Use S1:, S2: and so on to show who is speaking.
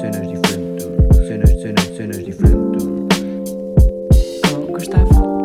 S1: cenas diferentes. Cenas, cenas, cenas diferentes.
S2: Com Gustavo.